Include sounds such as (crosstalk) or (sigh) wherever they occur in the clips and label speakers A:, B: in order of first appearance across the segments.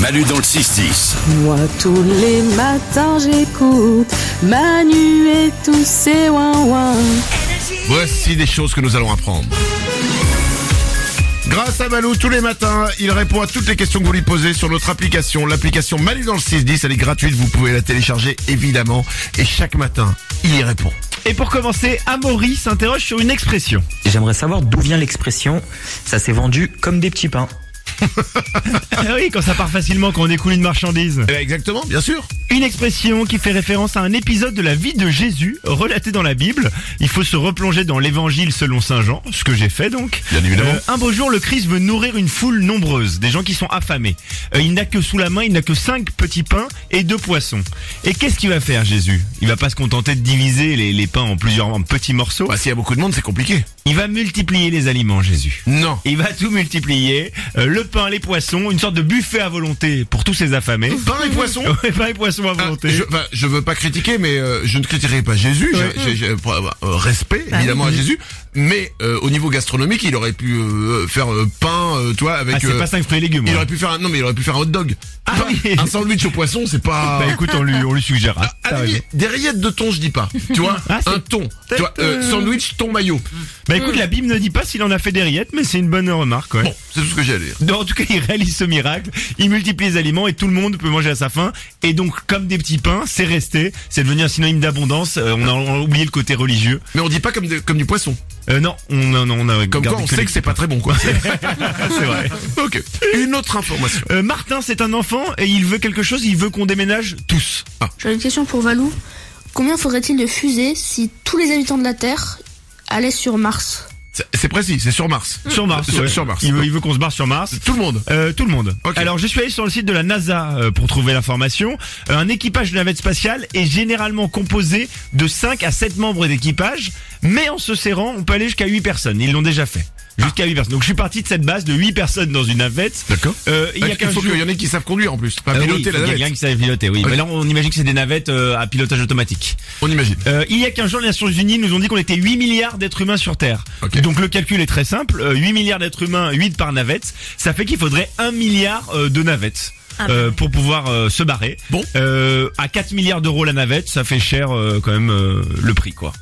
A: Manu dans le 6-10.
B: Moi tous les matins j'écoute Manu et tous ses ouin-ouin.
A: Voici des choses que nous allons apprendre. Grâce à Malou, tous les matins, il répond à toutes les questions que vous lui posez sur notre application. L'application Manu dans le 610, elle est gratuite, vous pouvez la télécharger évidemment. Et chaque matin, il y répond.
C: Et pour commencer, Amaury s'interroge sur une expression.
D: J'aimerais savoir d'où vient l'expression ça s'est vendu comme des petits pains.
C: (laughs) Ah oui, quand ça part facilement, quand on écoule une marchandise.
A: Eh ben, exactement, bien sûr.
C: Une expression qui fait référence à un épisode de la vie de Jésus relaté dans la Bible. Il faut se replonger dans l'évangile selon Saint Jean, ce que j'ai fait donc. Euh,
A: Bien évidemment.
C: un beau jour, le Christ veut nourrir une foule nombreuse, des gens qui sont affamés. Euh, il n'a que sous la main, il n'a que cinq petits pains et deux poissons. Et qu'est-ce qu'il va faire Jésus Il va pas se contenter de diviser les, les pains en plusieurs en petits morceaux.
A: Bah, s'il y a beaucoup de monde, c'est compliqué.
C: Il va multiplier les aliments, Jésus.
A: Non.
C: Il va tout multiplier, euh, le pain, les poissons, une sorte de buffet à volonté pour tous
A: (laughs)
C: ces affamés.
A: Pain et poisson
C: Ouais, pain et poissons à
A: Ah,
C: volonté.
A: je, bah, je veux pas critiquer, mais euh, je ne critiquerai pas Jésus. J'ai- j'ai- j'ai- euh, euh, respect, évidemment, à Jésus. Mais euh, au niveau gastronomique, il aurait pu euh, faire euh, pain, euh, toi, avec...
C: Ah, c'est
A: euh,
C: pas 5 fruits et légumes.
A: il
C: ouais.
A: aurait pu faire un, non mais il aurait pu faire un hot dog.
C: Ah
A: Pas-
C: oui.
A: Un sandwich au poisson, c'est pas.
C: Bah écoute, on lui, on lui suggérera.
A: À
C: T'as
A: la
C: raison.
A: limite, des rillettes de thon, je dis pas. Tu vois,
C: Ah, c'est
A: un thon. Tu vois, euh,
C: peut-être, euh,
A: sandwich, thon maillot.
C: Bah écoute, la Bible ne dit pas s'il en a fait des rillettes, mais c'est une bonne remarque, ouais.
A: Bon, c'est tout ce que j'ai à dire.
C: Non, En tout cas, il réalise ce miracle, il multiplie les aliments et tout le monde peut manger à sa faim. Et donc, comme des petits pains, c'est resté, c'est devenu un synonyme d'abondance. Euh, on a on a oublié le côté religieux.
A: Mais on dit pas comme, de- comme du poisson.
C: Euh, non, on, on, on a
A: Comme
C: gardé
A: quoi, on sait
C: les-
A: que c'est pas très bon, quoi.
C: c'est vrai.
A: (laughs) ok. Une autre information.
C: Euh, Martin, c'est un enfant et il veut quelque chose, il veut qu'on déménage tous.
E: J'aurais une question pour Valou. Combien faudrait-il de fusées si tous les habitants de la Terre allaient sur Mars
A: C'est- C'est précis, c'est sur Mars.
C: (laughs) Sur Mars.
A: Sur-
C: ouais.
A: sur Mars.
C: Il veut, il veut qu'on se barre sur Mars.
A: Tout le monde.
C: Euh, tout le monde.
A: Ok.
C: Alors je suis allé sur le site de la NASA euh, pour trouver l'information. Euh, un équipage de navette spatiale est généralement composé de 5 à 7 membres d'équipage, mais en se serrant, on peut aller jusqu'à 8 personnes. Ils l'ont déjà fait. Jusqu'à 8 personnes. Donc je suis parti de cette base de 8 personnes dans une navette.
A: D'accord.
C: Euh, il y a
A: il
C: qu'un
A: faut
C: jour...
A: qu'il y en ait qui savent conduire en plus. Pas
C: Euh, oui,
A: piloter
C: il faut
A: la
C: qu'il y
A: navette.
C: ait quelqu'un qui savait piloter, oui.
A: Ok.
C: Mais là, on imagine que c'est des navettes euh, à pilotage automatique.
A: On imagine.
C: Euh, il y a 15 jours, les Nations Unies nous ont dit qu'on était 8 milliards d'êtres humains sur Terre.
A: Ok.
C: Donc le calcul est très simple. euh, 8 milliards d'êtres humains, 8 par navette, ça fait qu'il faudrait 1 milliard euh, de navettes. euh, pour pouvoir euh, se barrer.
A: Bon.
C: Euh, à 4 milliards d'euros la navette, ça fait cher euh, quand même euh, le prix quoi.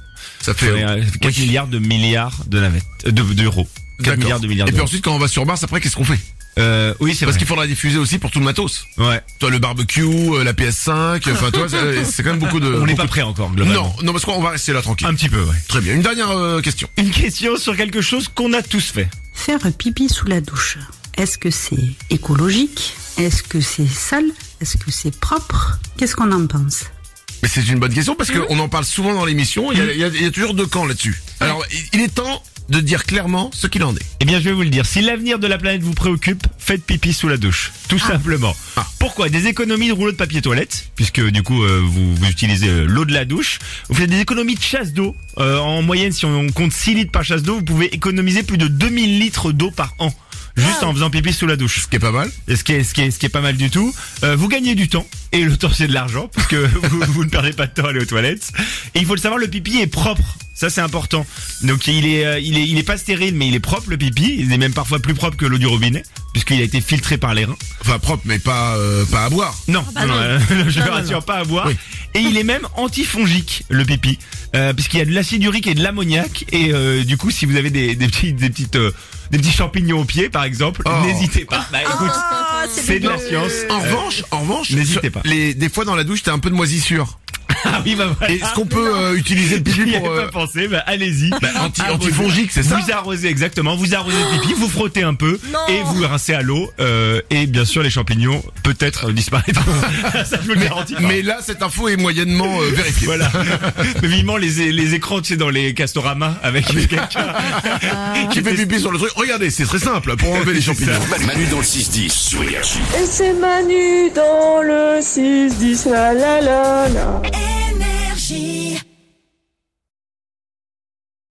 A: Ça fait.
C: Faudrait, euh, 4
A: oui.
C: milliards de milliards de navettes euh, de- d'euros. 4
A: D'accord.
C: milliards de milliards
A: Et puis
C: d'euros.
A: ensuite, quand on va sur Mars, après, qu'est-ce qu'on fait
C: Euh, oui, c'est
A: Parce
C: vrai.
A: qu'il faudra diffuser aussi pour tout le matos.
C: Ouais.
A: Toi, le barbecue, euh, la PS5. Enfin, toi, c'est euh, c'est quand même beaucoup de.
C: On n'est pas
A: beaucoup
C: prêt encore
A: de-
C: globalement.
A: Non, non, parce qu'on va rester là tranquille.
C: Un petit peu, ouais.
A: Très bien. Une dernière euh, question.
C: Une question sur quelque chose qu'on a tous fait.
F: Faire pipi sous la douche, est-ce que c'est écologique Est-ce que c'est sale Est-ce que c'est propre Qu'est-ce qu'on en pense
A: Mais c'est une bonne question parce qu'on en parle souvent dans l'émission. Il y a- il y, a- il y a toujours deux camps là-dessus. Alors, il- il est temps de dire clairement ce qu'il en est.
C: Eh bien, je vais vous le dire. Si l'avenir de la planète vous préoccupe, faites pipi sous la douche. Tout simplement.
A: Ah.
C: Pourquoi Des économies de rouleaux de papier toilette, puisque du coup, euh, vous, vous utilisez euh, l'eau de la douche. Vous faites des économies de chasse d'eau. Euh, en moyenne, si on compte 6 litres par chasse d'eau, vous pouvez économiser plus de 2000 litres d'eau par an.
A: Ah
C: Juste en faisant pipi sous la douche.
A: Ce qui est pas mal.
C: Et ce qui est, ce qui est, ce qui est pas mal du tout. Euh, vous gagnez du temps. Et le temps, c'est de l'argent. Parce que (laughs) vous, vous ne perdez pas de temps à aller aux toilettes. Et il faut le savoir, le pipi est propre. Ça, c'est important. Donc, il est, euh, il est, il est pas stérile, mais il est propre, le pipi. Il est même parfois plus propre que l'eau du robinet. Puisqu'il a été filtré par les reins.
A: Enfin, propre, mais pas, euh, pas à boire.
C: Non, non, (laughs) euh, je
F: Ah bah
C: ne
F: Non, non,
C: rassure pas à boire.
A: Oui.
C: Et il est même antifongique, le pipi. Euh, puisqu'il y a de l'acide urique et de l'ammoniac. Et euh, du coup, si vous avez des, des petites, des petites, euh, des petits champignons au pied, par exemple,
A: Oh.
C: n'hésitez
F: Ah,
C: pas. Bah, écoute, c'est de la science.
A: En
C: Euh,
A: revanche, en revanche,
C: n'hésitez
A: sur-
C: pas.
A: Les, des fois dans la douche, t'as un peu de moisissure.
C: Ah oui, bah voilà.
A: Et est-ce qu'on peut euh, utiliser le
C: J'y
A: pipi
C: avais
A: pour euh,
C: pas pensé, bah allez-y.
A: anti-
C: Arrosez.
A: antifongique, c'est ça
C: Vous arrosez exactement, vous arrosez le pipi, vous frottez un peu et vous rincez à l'eau euh, et bien sûr les champignons peut-être
A: (laughs)
C: euh, disparaîtront. ça je vous le garantis. pas.
A: Mais là, cette info est moyennement euh, vérifiée. (laughs)
C: voilà. Mais vivement les les écrans tu sais dans les castoramas
A: Ah,
C: avec les caca.
A: Tu fais pipi sur le truc. Regardez, c'est très simple pour enlever les champignons.
G: Manu dans le 6-10 sur Énergie.
B: Et c'est Manu dans le 6-10, la la la la.
H: énergie.